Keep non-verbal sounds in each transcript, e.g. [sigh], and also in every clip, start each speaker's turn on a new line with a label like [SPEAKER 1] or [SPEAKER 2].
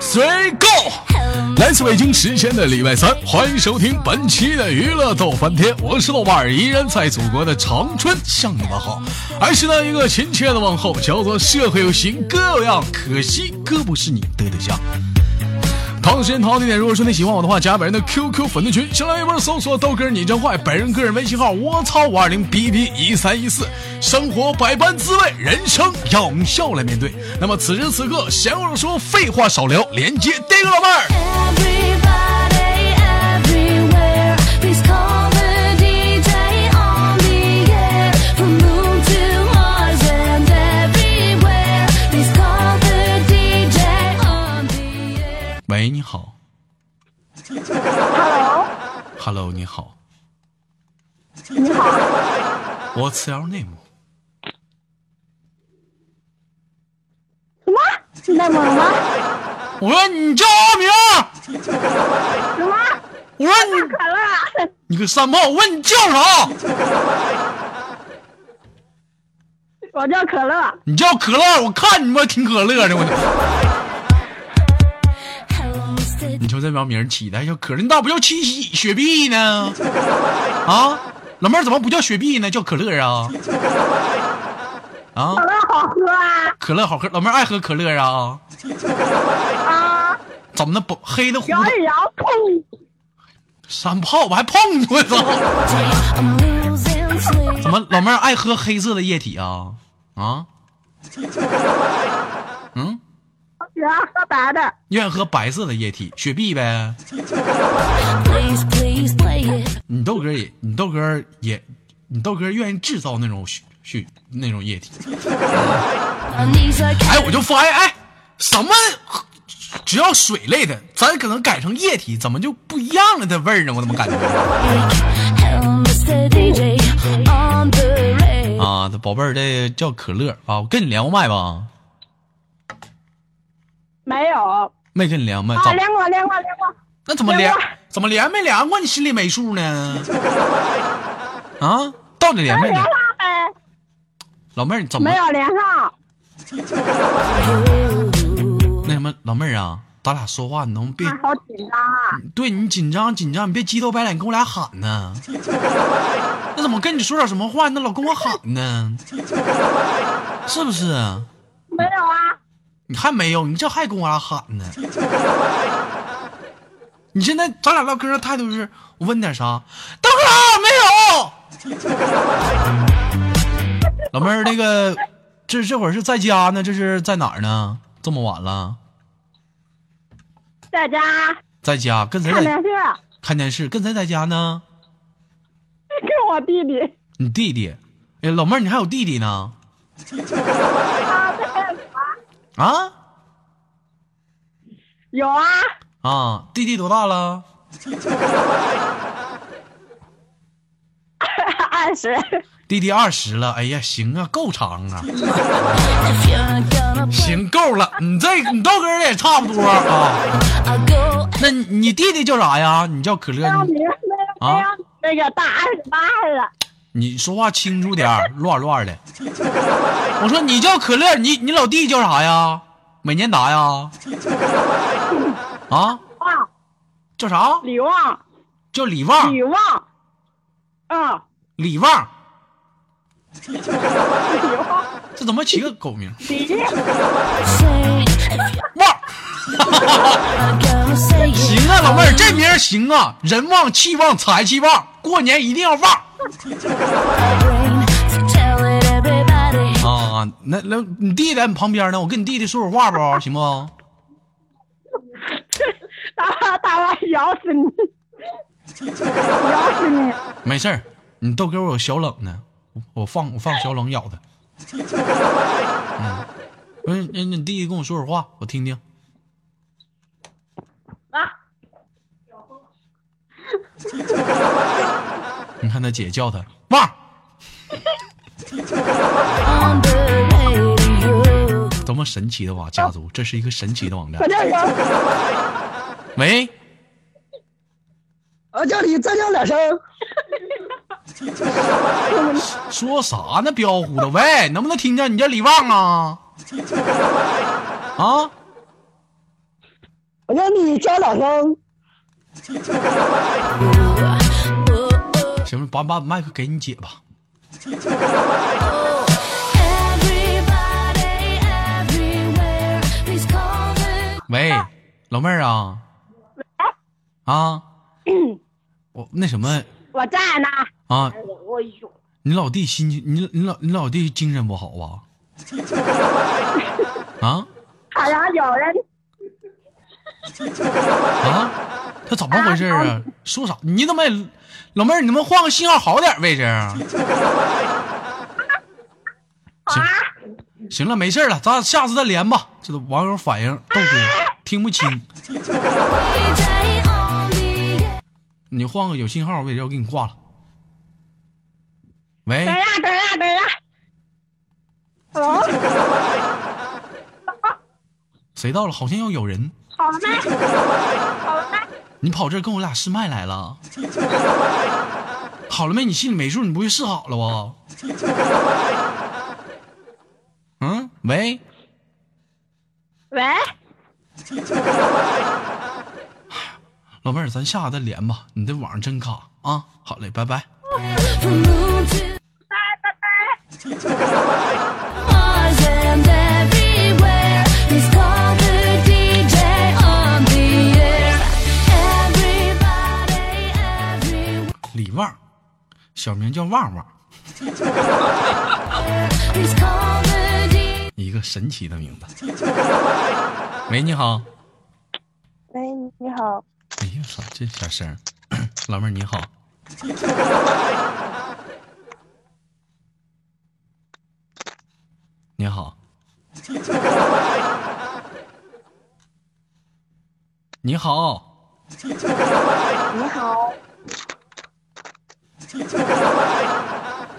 [SPEAKER 1] 随 go。来自北京时间的礼拜三，欢迎收听本期的娱乐逗翻天，我是豆瓣儿，依然在祖国的长春向你们好，还是那一个亲切的问候，叫做社会有型哥有样，可惜哥不是你的对象。同时间淘地点，如果说你喜欢我的话，加本人的 QQ 粉丝群，新浪微博搜索“豆哥你真坏”，本人个人微信号：我操五二零 bb 一三一四。生活百般滋味，人生要用笑来面对。那么此时此刻，闲话少说，废话少聊，连接第一个老妹儿。
[SPEAKER 2] Everybody, everywhere, please call the DJ on the air. From moon to Mars and everywhere, please call the DJ on the air.
[SPEAKER 1] 喂，你好。Hello。Hello，你好。你好。What's your name？
[SPEAKER 3] 什么？你在忙吗？
[SPEAKER 1] 我说你叫阿明。
[SPEAKER 3] 什么？
[SPEAKER 1] 我说你
[SPEAKER 3] 可乐？
[SPEAKER 1] 你个山炮，我问你叫啥？
[SPEAKER 3] 我叫可乐。
[SPEAKER 1] 你叫可乐，我看你妈挺可乐的，我就
[SPEAKER 2] Hello, Mr.
[SPEAKER 1] 你瞅这帮名儿起的，还叫可乐，你咋不叫七喜雪碧呢？啊，老妹儿怎么不叫雪碧呢？叫可乐啊？啊
[SPEAKER 3] 可，乐好喝啊！
[SPEAKER 1] 可乐好喝，老妹儿爱喝可乐啊？
[SPEAKER 3] 啊，
[SPEAKER 1] 怎么的不黑的糊
[SPEAKER 3] 摇
[SPEAKER 1] 的
[SPEAKER 3] 一摇，砰！
[SPEAKER 1] 山炮，我还碰你，我操！
[SPEAKER 2] I'm losing sleep.
[SPEAKER 1] 怎么老妹儿爱喝黑色的液体啊？啊，
[SPEAKER 3] 然后喝白的。
[SPEAKER 1] 愿意喝白色的液体，雪碧呗。
[SPEAKER 2] Please, please play it.
[SPEAKER 1] 你豆哥也，你豆哥也，你豆哥愿意制造那种雪雪那种液体。
[SPEAKER 2] My knees are
[SPEAKER 1] 哎，我就发现，哎，什么只要水类的，咱可能改成液体，怎么就不一样了的味儿呢？我怎么感觉
[SPEAKER 2] Hello, Mr. DJ on the air.
[SPEAKER 1] [laughs] 啊？这宝贝儿，这叫可乐啊，我跟你连过麦吧？
[SPEAKER 3] 没有啊，
[SPEAKER 1] 没跟你连过麦，咋？
[SPEAKER 3] 连过，连过，连过。
[SPEAKER 1] 那怎么连
[SPEAKER 3] 连过？
[SPEAKER 1] 怎么连没连过？你心里没数呢？啊？到底连没
[SPEAKER 3] 没连
[SPEAKER 1] 连
[SPEAKER 3] 上？呗？
[SPEAKER 1] 老妹儿，你怎么
[SPEAKER 3] 没有连上。
[SPEAKER 1] 那什么？老妹儿啊，咱俩说话，你能别
[SPEAKER 3] 啊，好紧张啊！
[SPEAKER 1] 对你紧张紧张，你别鸡头白脸跟我俩喊呢。那怎么跟你说点什么话，你那老跟我喊呢？是不是啊？
[SPEAKER 3] 没有啊，
[SPEAKER 1] 你还没有，你这还跟我俩喊呢？你现在咱俩唠嗑的态度是，我问你点啥？豆哥没有。老妹儿，那个，这这会儿是在家呢，这是在哪儿呢？这么晚了，
[SPEAKER 3] 在家
[SPEAKER 1] 在家跟谁
[SPEAKER 3] 看电
[SPEAKER 1] 在
[SPEAKER 3] 视，
[SPEAKER 1] 看电视？跟谁在家呢？
[SPEAKER 3] [laughs] 跟我弟弟
[SPEAKER 1] 你弟弟。哎，老妹儿，你还有弟弟呢？
[SPEAKER 3] 啊，这还有啥？
[SPEAKER 1] 啊
[SPEAKER 3] 有啊， [laughs]
[SPEAKER 1] 啊，弟弟多大了？
[SPEAKER 3] 二十。
[SPEAKER 1] 弟弟二十了。哎呀，行啊，够长
[SPEAKER 3] [laughs]
[SPEAKER 1] 啊。
[SPEAKER 2] If you're gonna play,
[SPEAKER 1] 行，够了，你这你豆哥也差不多
[SPEAKER 3] [laughs]
[SPEAKER 1] 啊。
[SPEAKER 2] I'll go
[SPEAKER 1] 那你你弟弟叫啥呀？你叫可乐，
[SPEAKER 3] 那
[SPEAKER 1] 你
[SPEAKER 3] 明那
[SPEAKER 1] 啊
[SPEAKER 3] 个那个大二十八了，
[SPEAKER 1] 你说话清楚点儿，乱乱的。我说你叫可乐，你你老弟叫啥呀？美年达
[SPEAKER 3] [laughs]
[SPEAKER 1] 呀？啊，
[SPEAKER 3] 啊，
[SPEAKER 1] 叫啥？
[SPEAKER 3] 李旺，
[SPEAKER 1] 叫李旺，
[SPEAKER 3] 李旺，嗯，
[SPEAKER 1] 李旺，
[SPEAKER 3] 李旺。
[SPEAKER 1] 这怎么起个狗名？
[SPEAKER 3] 李丽
[SPEAKER 2] say, if
[SPEAKER 1] 旺，
[SPEAKER 2] you're gonna say it.
[SPEAKER 1] 行啊，老妹儿，这名儿行啊，人旺气旺财气旺，过年一定要旺。
[SPEAKER 2] Tell it everybody.
[SPEAKER 1] 啊，那那你弟弟在你旁边呢，我跟你弟弟说会儿话不行不？
[SPEAKER 3] [laughs] 大王大王咬死你，咬死你！
[SPEAKER 1] 没事儿，你豆哥我有小冷呢，我我放我放小冷咬他。嗯，让你弟弟跟我说会儿话，我听听。
[SPEAKER 3] [laughs] 啊，
[SPEAKER 1] 你看他姐叫他旺，
[SPEAKER 2] On the radio.
[SPEAKER 1] 多么神奇的哇家族，这是一个神奇的网站
[SPEAKER 3] 我。就有，
[SPEAKER 1] 喂，
[SPEAKER 3] 我叫你再叫两声。
[SPEAKER 1] 说啥呢？彪呼的，喂，能不能 [laughs] 听见？你叫李旺啊？啊，
[SPEAKER 3] 我让你叫两声，
[SPEAKER 1] 行了，把把麦克给你姐吧。
[SPEAKER 2] Everybody, everywhere, please call the
[SPEAKER 1] 喂，老妹儿啊，啊，我那什么
[SPEAKER 3] 我在呢。
[SPEAKER 1] 啊，
[SPEAKER 3] 哎呦，我有
[SPEAKER 1] 你老弟心情，你你老你老弟精神不好吧？ [laughs] 啊
[SPEAKER 3] 好像有人
[SPEAKER 1] 啊，他怎么回事啊？说啥？你怎么也，老妹儿，你能不能换个信号好点儿位置啊？
[SPEAKER 3] 啊，
[SPEAKER 1] 行了，没事儿了，咱下次再连吧。这都网友反映，豆哥听不清，
[SPEAKER 2] DJ on the air.
[SPEAKER 1] 你换个有信号位置，要给你挂了。喂
[SPEAKER 3] 等，一下，等一下，等一下。哦，
[SPEAKER 1] 谁到了？好像要有人。
[SPEAKER 3] 好嘞， [laughs] 好嘞。
[SPEAKER 1] 你跑这儿跟我俩试麦来了？好了没？你心里没数，你不会试好了哦吧？嗯，喂，
[SPEAKER 3] 喂，
[SPEAKER 1] 老妹儿，咱下次再连吧。你这网上真卡啊！好嘞，拜拜。
[SPEAKER 2] From moon to
[SPEAKER 3] 拜拜拜。
[SPEAKER 2] Mars and everywhere, please call the DJ on the air. Everybody, everywhere,
[SPEAKER 1] 李旺，小名叫旺旺，
[SPEAKER 2] please call the DJ.
[SPEAKER 1] 一个神奇的名字。喂，你好。
[SPEAKER 3] 喂，你好，
[SPEAKER 1] 哎呀，操，这小声儿， [coughs] 老妹儿你好，你好，你好，
[SPEAKER 3] 你好，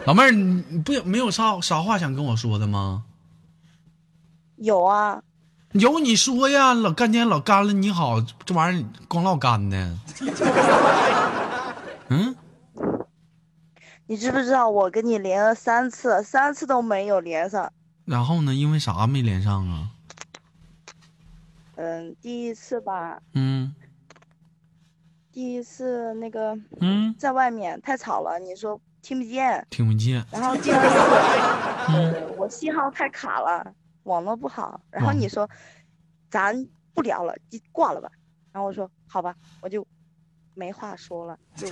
[SPEAKER 1] 老妹儿，你你不没有啥啥话想跟我说的吗？
[SPEAKER 3] 有啊，
[SPEAKER 1] 有你说呀，老干爹老干了，你好，这玩意儿光唠干的，嗯，
[SPEAKER 4] 你知不知道我跟你连了三次，三次都没有连上。
[SPEAKER 1] 然后呢，因为啥没连上啊？
[SPEAKER 4] 嗯，第一次吧，
[SPEAKER 1] 嗯
[SPEAKER 4] 第一次那个
[SPEAKER 1] 嗯，
[SPEAKER 4] 在外面太吵了，你说听不见。
[SPEAKER 1] 听不见，
[SPEAKER 4] 然后第二次，
[SPEAKER 1] 嗯。
[SPEAKER 4] 呃，我信号太卡了，网络不好。然后
[SPEAKER 1] 网
[SPEAKER 4] 你说，咱不聊了，就挂了吧。然后我说好吧，我就没话说了，就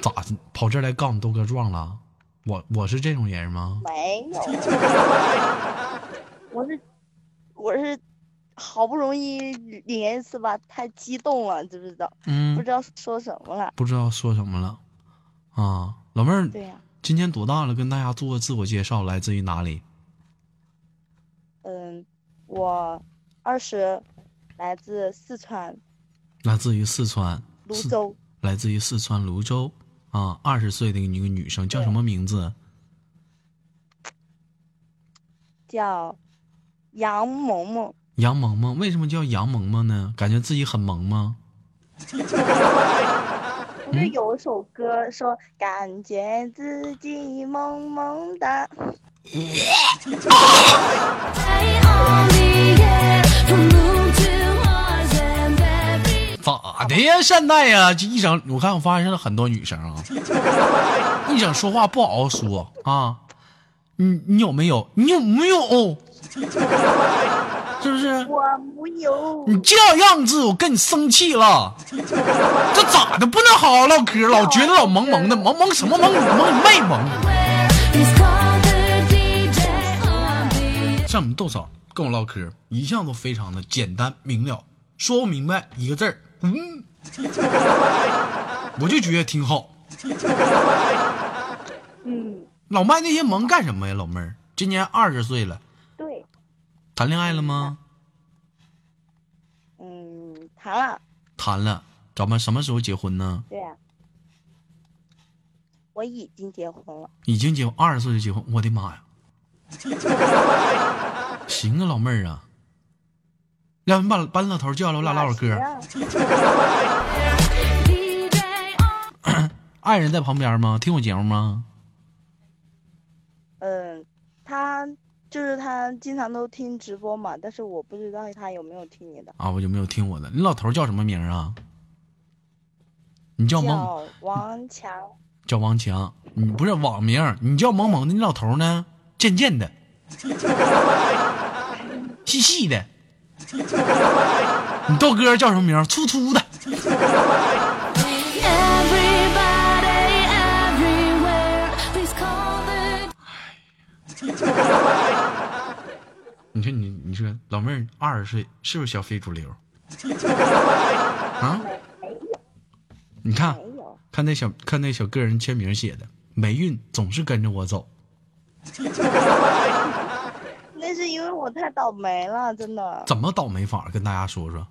[SPEAKER 1] 咋跑这儿来告你豆哥状了？我我是这种人吗？
[SPEAKER 4] 没有。我是我是好不容易连一次吧，太激动了，知不知道？不
[SPEAKER 1] 嗯，
[SPEAKER 4] 知道说什么了。
[SPEAKER 1] 不知道说什么了啊，老妹儿
[SPEAKER 4] 对呀、
[SPEAKER 1] 今年多大了？跟大家做个自我介绍，来自于哪里？
[SPEAKER 4] 嗯，我二十，来自四川
[SPEAKER 1] 来自于四川，
[SPEAKER 4] 泸
[SPEAKER 1] 四
[SPEAKER 4] 州，
[SPEAKER 1] 来自于四川泸州啊，二十岁的一个女生，叫什么名字？
[SPEAKER 4] 叫杨萌萌。
[SPEAKER 1] 杨萌萌。为什么叫杨萌萌呢？感觉自己很萌吗？
[SPEAKER 4] 不
[SPEAKER 1] 嗯
[SPEAKER 4] 是有首歌说感觉自己萌萌哒，
[SPEAKER 2] on the air. From moon to Mars and everywhere.
[SPEAKER 1] 咋的哎呀？现在呀，这一整，我看我发现了很多女生啊，一整说话不好好说啊，你你有没有？你有没有？是不是？
[SPEAKER 4] 我没有
[SPEAKER 1] 你这样子，我跟你生气了。这咋的？不能好好唠嗑，老觉得老萌萌的，萌萌什么萌？萌你妹萌！
[SPEAKER 2] Please call the DJ on the air.
[SPEAKER 1] 像我们豆嫂跟我唠嗑，一向都非常的简单明了，说不明白一个字儿，嗯， [laughs] 我就觉得挺好。
[SPEAKER 4] 嗯，
[SPEAKER 1] 老卖那些萌干什么呀，老妹儿？今年二十岁了，
[SPEAKER 4] 对，
[SPEAKER 1] 谈恋爱了吗？
[SPEAKER 4] 嗯，谈了，
[SPEAKER 1] 谈了，咱们什么时候结婚呢？
[SPEAKER 4] 对呀、我已经结婚了，
[SPEAKER 1] 已经结婚，二十岁就结婚，我的妈呀！行啊，老妹儿啊，让你把把你老头叫来，我俩唠会儿
[SPEAKER 4] 哪行
[SPEAKER 1] 嗑。
[SPEAKER 4] 啊
[SPEAKER 2] DJ on
[SPEAKER 1] 爱人在旁边吗？听我节目吗？
[SPEAKER 4] 嗯，他就是他经常都听直播嘛，但是我不知道他有没有听你的，
[SPEAKER 1] 啊，我有没有听我的？你老头儿叫什么名儿啊？你叫萌，
[SPEAKER 4] 叫王强。
[SPEAKER 1] 叫王强，你不是网名儿，你叫萌萌的，你老头儿呢？贱贱的，细细的，你豆哥叫什么名儿？粗粗的。
[SPEAKER 2] Everybody, everywhere, please call the
[SPEAKER 1] 你说你，你说老妹儿二十岁是不是小非主流？啊？你看
[SPEAKER 4] 没有，
[SPEAKER 1] 看那小看那小个人签名写的，霉运总是跟着我走。
[SPEAKER 4] 那是因为我太倒霉了，真的。
[SPEAKER 1] 怎么倒霉法儿？跟大家说说。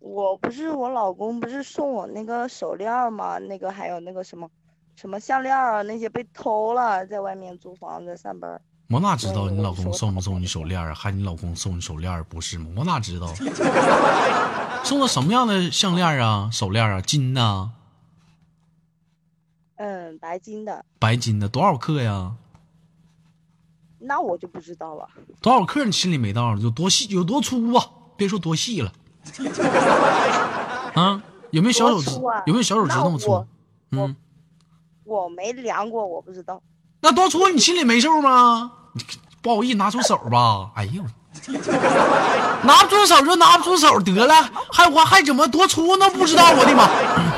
[SPEAKER 4] 我不是我老公不是送我那个手链儿吗？那个还有那个什么，什么项链儿啊那些被偷了，在外面租房子上班儿。
[SPEAKER 1] 我哪知道
[SPEAKER 4] 嗯
[SPEAKER 1] 你
[SPEAKER 4] 我
[SPEAKER 1] 老公
[SPEAKER 4] 说
[SPEAKER 1] 送没送你手链啊？还你老公送你手链儿不是吗？我哪知道？送的什么样的项链啊？手链啊？金的、
[SPEAKER 4] 嗯，白金的，
[SPEAKER 1] 白金的？多少克呀？
[SPEAKER 4] 那我就不知道了。
[SPEAKER 1] 多少克？你心里没道儿？有多细？有多粗啊？别说多细了。啊？有没有小手指
[SPEAKER 4] 多粗啊？
[SPEAKER 1] 有没有小手指那么
[SPEAKER 4] 那
[SPEAKER 1] 粗
[SPEAKER 4] 我？
[SPEAKER 1] 嗯，
[SPEAKER 4] 我没量过，我不知道。
[SPEAKER 1] 那多粗你心里没数吗？你不好意思拿出手吧？哎呦，拿不出手就拿不出手得了，还我还怎么多粗呢？不知道我的妈！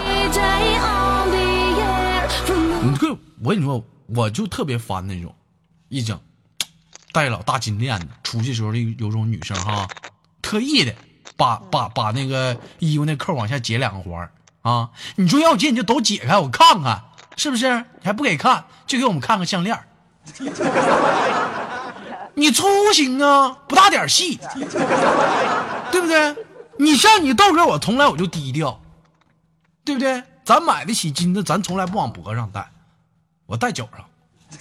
[SPEAKER 2] DJ on the air from
[SPEAKER 1] 你这我跟你说，我就特别烦那种，一整戴老大金链子，出去时候有有种女生哈，特意的把把把那个衣服那扣往下解两个环儿啊，你说要解你就都解开，我看看是不是？你还不给看，就给我们看看项链儿。你粗行啊，不大点儿细，对不对？你像你豆哥，我从来我就低调，对不对？咱买得起金子，咱从来不往脖子上戴，我戴脚上。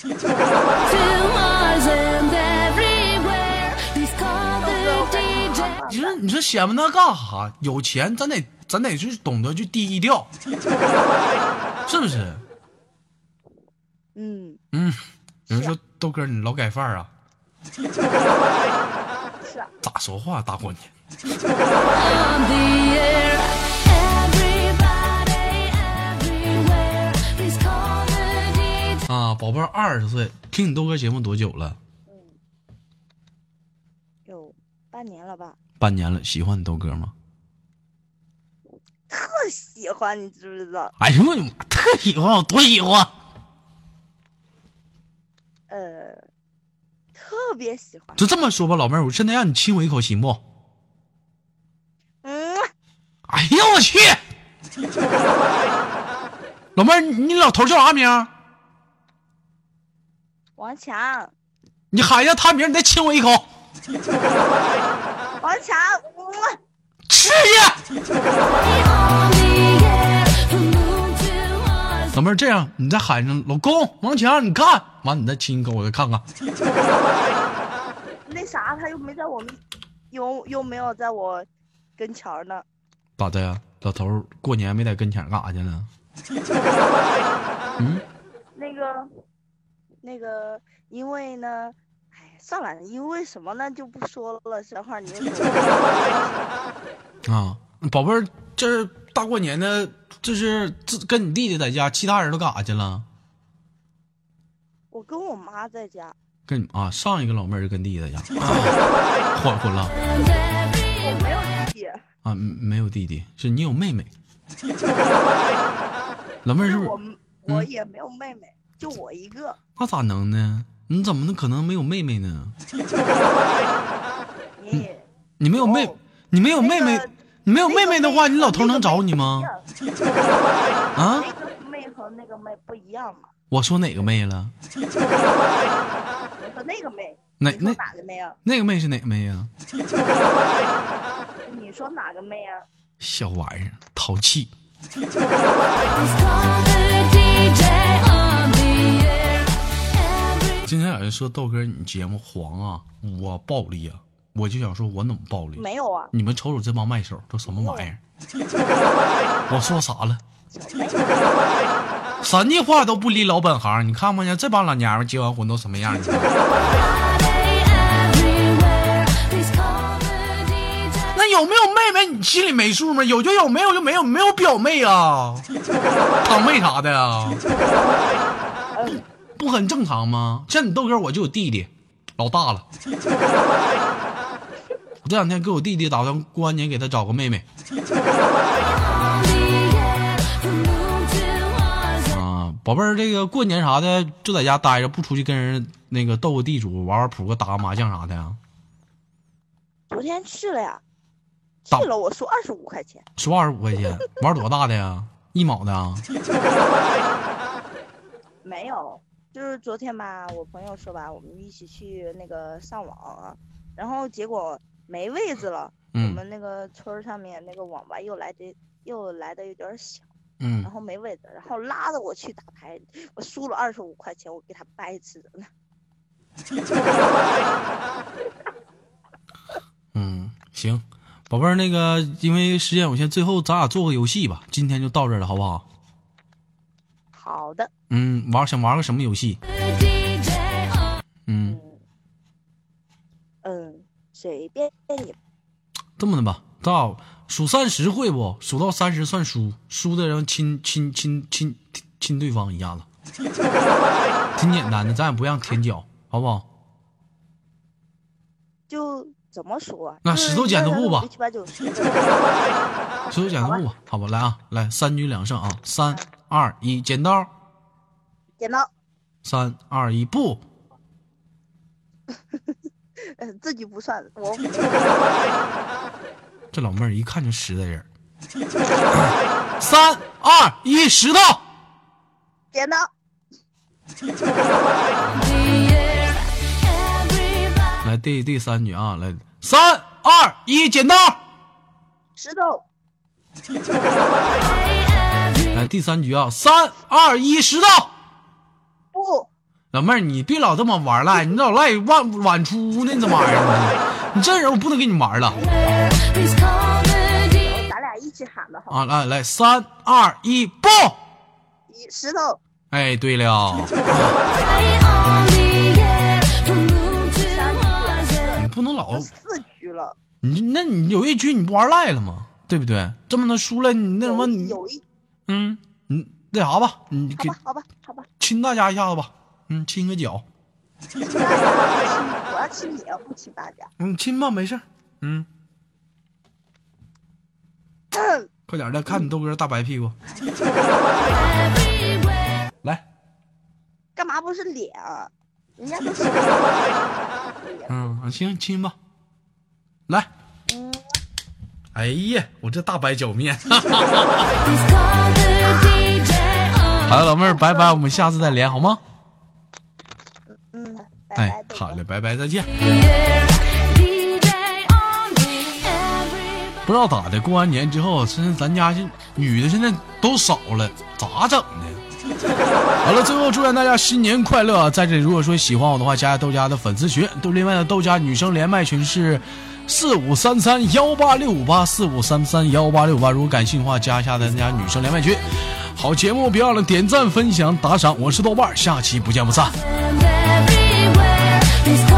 [SPEAKER 2] to Mars and everywhere, please call the DJ.
[SPEAKER 1] 你说你说显摆那干啥？有钱咱得咱得就是懂得去低调， [laughs] 是不是？
[SPEAKER 4] 嗯，
[SPEAKER 1] 嗯，有人说豆哥你老改范儿啊，
[SPEAKER 4] 是啊，
[SPEAKER 1] 咋说话大过年？
[SPEAKER 2] on the air. Everybody, everywhere, please call the DJ.
[SPEAKER 1] 啊，宝贝儿二十岁，听你豆哥节目多久了？
[SPEAKER 4] 有半年了吧？
[SPEAKER 1] 半年了，喜欢你豆哥吗？
[SPEAKER 4] 特喜欢，你知不知道？
[SPEAKER 1] 哎呦我的妈，特喜欢，我多喜欢！
[SPEAKER 4] 呃，特别喜欢。
[SPEAKER 1] 就这么说吧，老妹儿，我现在让你亲我一口行不？
[SPEAKER 4] 嗯，
[SPEAKER 1] 哎呀我去！老妹儿，你你老头叫啥名儿？
[SPEAKER 4] 王强，
[SPEAKER 1] 你喊一下他名儿，你再亲我一口，
[SPEAKER 4] 王强，嗯。
[SPEAKER 1] 吃去！
[SPEAKER 2] on the air. From moon to Mars,
[SPEAKER 1] 老妹儿，这样你再喊上老公王强，你看完你再亲一口，我再看看。
[SPEAKER 4] 那啥，他又没在我们，有又没有在我跟前儿呢？
[SPEAKER 1] 咋的呀？老头儿过年没在跟前儿干啥去呢？
[SPEAKER 4] 那个，那个，因为呢，哎，算了，因为什么呢就不说了。小花，你又说了
[SPEAKER 1] 啊，宝贝儿，这大过年的，这是自跟你弟弟在家，其他人都干啥去了？
[SPEAKER 4] [laughs] 我跟我妈在家，
[SPEAKER 1] 跟你啊，上一个老妹儿就跟弟弟在家，啊、 [laughs] 混混了
[SPEAKER 2] and everywhere.
[SPEAKER 4] 我没有弟弟，
[SPEAKER 1] 啊？没有弟弟，是你有妹妹。老妹儿是不是
[SPEAKER 4] 我们
[SPEAKER 1] 嗯
[SPEAKER 4] 我也没有妹妹，就我一个。
[SPEAKER 1] 那咋能呢？你怎么能可能没有妹妹呢？
[SPEAKER 4] 你也
[SPEAKER 1] 你没有妹，
[SPEAKER 4] 哦
[SPEAKER 1] 你没有妹妹，
[SPEAKER 4] 那个
[SPEAKER 1] 你没有妹妹的话，
[SPEAKER 4] 那个
[SPEAKER 1] 你老头能找你吗？啊？ [laughs]
[SPEAKER 4] 那个妹和那个妹不一样嘛？
[SPEAKER 1] 我说哪个妹了？
[SPEAKER 4] 我说那个妹，
[SPEAKER 1] 哪
[SPEAKER 4] 你
[SPEAKER 1] 那
[SPEAKER 4] 说哪个妹啊？
[SPEAKER 1] 那个妹是哪个妹呀、
[SPEAKER 4] 你说哪个妹啊？
[SPEAKER 1] 小玩意儿，淘气！
[SPEAKER 2] Please call the DJ on the air. Every
[SPEAKER 1] 今天有人说豆哥你节目黄啊，我暴力啊，我就想说我怎么暴力？
[SPEAKER 4] 没有啊，
[SPEAKER 1] 你们瞅瞅这帮卖手都什么玩意儿？我说啥了？什么话都不离老本行，你看不见这帮老娘们结完婚都什么样？那有没有妹妹，你心里没数吗？有就有，没有就没有，没有表妹啊，堂妹啥的呀、不很正常吗？像你豆哥，我就有弟弟，老大了。我这两天给我弟弟打算过完年给他找个妹妹啊，宝贝儿，这个过年啥的就在家待着，不出去跟人那个斗个地主、玩玩扑克、打个麻将啥的呀、
[SPEAKER 4] 昨天去了呀，
[SPEAKER 1] 到
[SPEAKER 4] 去了我输二十五块钱，
[SPEAKER 1] 输二十五块钱，玩多大的呀？一毛的啊？
[SPEAKER 4] 没有，就是昨天吧，我朋友说吧，我们一起去那个上网啊，然后结果没位子了，我
[SPEAKER 1] 嗯
[SPEAKER 4] 们那个村儿上面那个网吧又来的又来的有点儿小，
[SPEAKER 1] 嗯
[SPEAKER 4] 然，后没位子，然后拉着我去打牌，我输了二十五块钱，我给他掰扯着呢。
[SPEAKER 1] 嗯，行，宝贝儿，那个因为时间有限，最后咱俩做个游戏吧，今天就到这儿了，好不好？
[SPEAKER 4] 好的，
[SPEAKER 1] 嗯，玩想玩个什么游戏？嗯，
[SPEAKER 4] 嗯嗯，随便你
[SPEAKER 1] 这么的吧，咱俩数三十会不？数到三十算输，输的人亲亲亲亲亲亲对方一下子， [laughs] 挺简单的，咱也不让舔脚，好不好？
[SPEAKER 4] 就怎么说啊？
[SPEAKER 1] 那
[SPEAKER 4] 就是
[SPEAKER 1] 石头剪
[SPEAKER 4] 一个
[SPEAKER 1] 子
[SPEAKER 4] 人
[SPEAKER 1] 布吧
[SPEAKER 4] 五七八九十
[SPEAKER 1] 石头剪刀布吧，好吧，来啊，来三局两胜啊，三二一，剪刀，
[SPEAKER 4] 剪刀，
[SPEAKER 1] 三二一，布。
[SPEAKER 4] 呃自己不算，我
[SPEAKER 1] 这老妹儿一看就实在人 [laughs] 儿。三二一，石头。
[SPEAKER 4] 剪刀。
[SPEAKER 1] 来第第三局啊，来三二一，剪刀。
[SPEAKER 4] 石头，
[SPEAKER 1] 来第三局啊，三二一，石头。
[SPEAKER 4] 不，
[SPEAKER 1] 老妹儿，你别老这么玩赖，你老赖晚晚出呢，你这玩意儿，你这人我不能跟你玩了
[SPEAKER 4] 咱俩一起喊的好。
[SPEAKER 1] 啊！来来，三二一，爆！
[SPEAKER 4] 一石头，
[SPEAKER 1] 哎，对了，你不能老
[SPEAKER 4] 都四局了，
[SPEAKER 1] 你那你有一局你不玩赖了吗？对不对？这么的输了，你那什么，
[SPEAKER 4] 有
[SPEAKER 1] 你
[SPEAKER 4] 有一，
[SPEAKER 1] 嗯，你那啥吧，你
[SPEAKER 4] 好
[SPEAKER 1] 给
[SPEAKER 4] 吧，好吧，好吧，
[SPEAKER 1] 亲大家一下子吧，嗯，亲个脚，
[SPEAKER 4] 亲大家，亲，我要亲你，不亲大家。
[SPEAKER 1] 嗯，亲吧，没事儿，
[SPEAKER 4] [coughs]
[SPEAKER 1] 嗯，快点儿的，看你豆哥大白屁
[SPEAKER 4] [coughs]
[SPEAKER 1] 股，来，
[SPEAKER 4] 干嘛不是脸啊？人家都是
[SPEAKER 1] 哎嗯，行，亲吧，来，哎呀，我这大白脚面， [laughs] 好了，老妹儿，拜拜，我们下次再连好吗？
[SPEAKER 4] 嗯，拜拜
[SPEAKER 1] 哎，
[SPEAKER 4] 豆
[SPEAKER 1] 好
[SPEAKER 4] 哥
[SPEAKER 1] 嘞，拜拜，再见。
[SPEAKER 2] Everybody
[SPEAKER 1] 不知道咋的，过完年之后，现在咱家现女的现在都少了，咋整的？好了，最后祝愿大家新年快乐啊！在这里，如果说喜欢我的话，加下豆家的粉丝群，都另外的豆家女生连麦群是四五三三幺八六五八四五三三幺八六五八，如果感兴趣的话，加一下咱家女生连麦群。好节目，别忘了点赞、分享、打赏，我是豆瓣儿，下期不见不散。
[SPEAKER 2] and everywhere. Please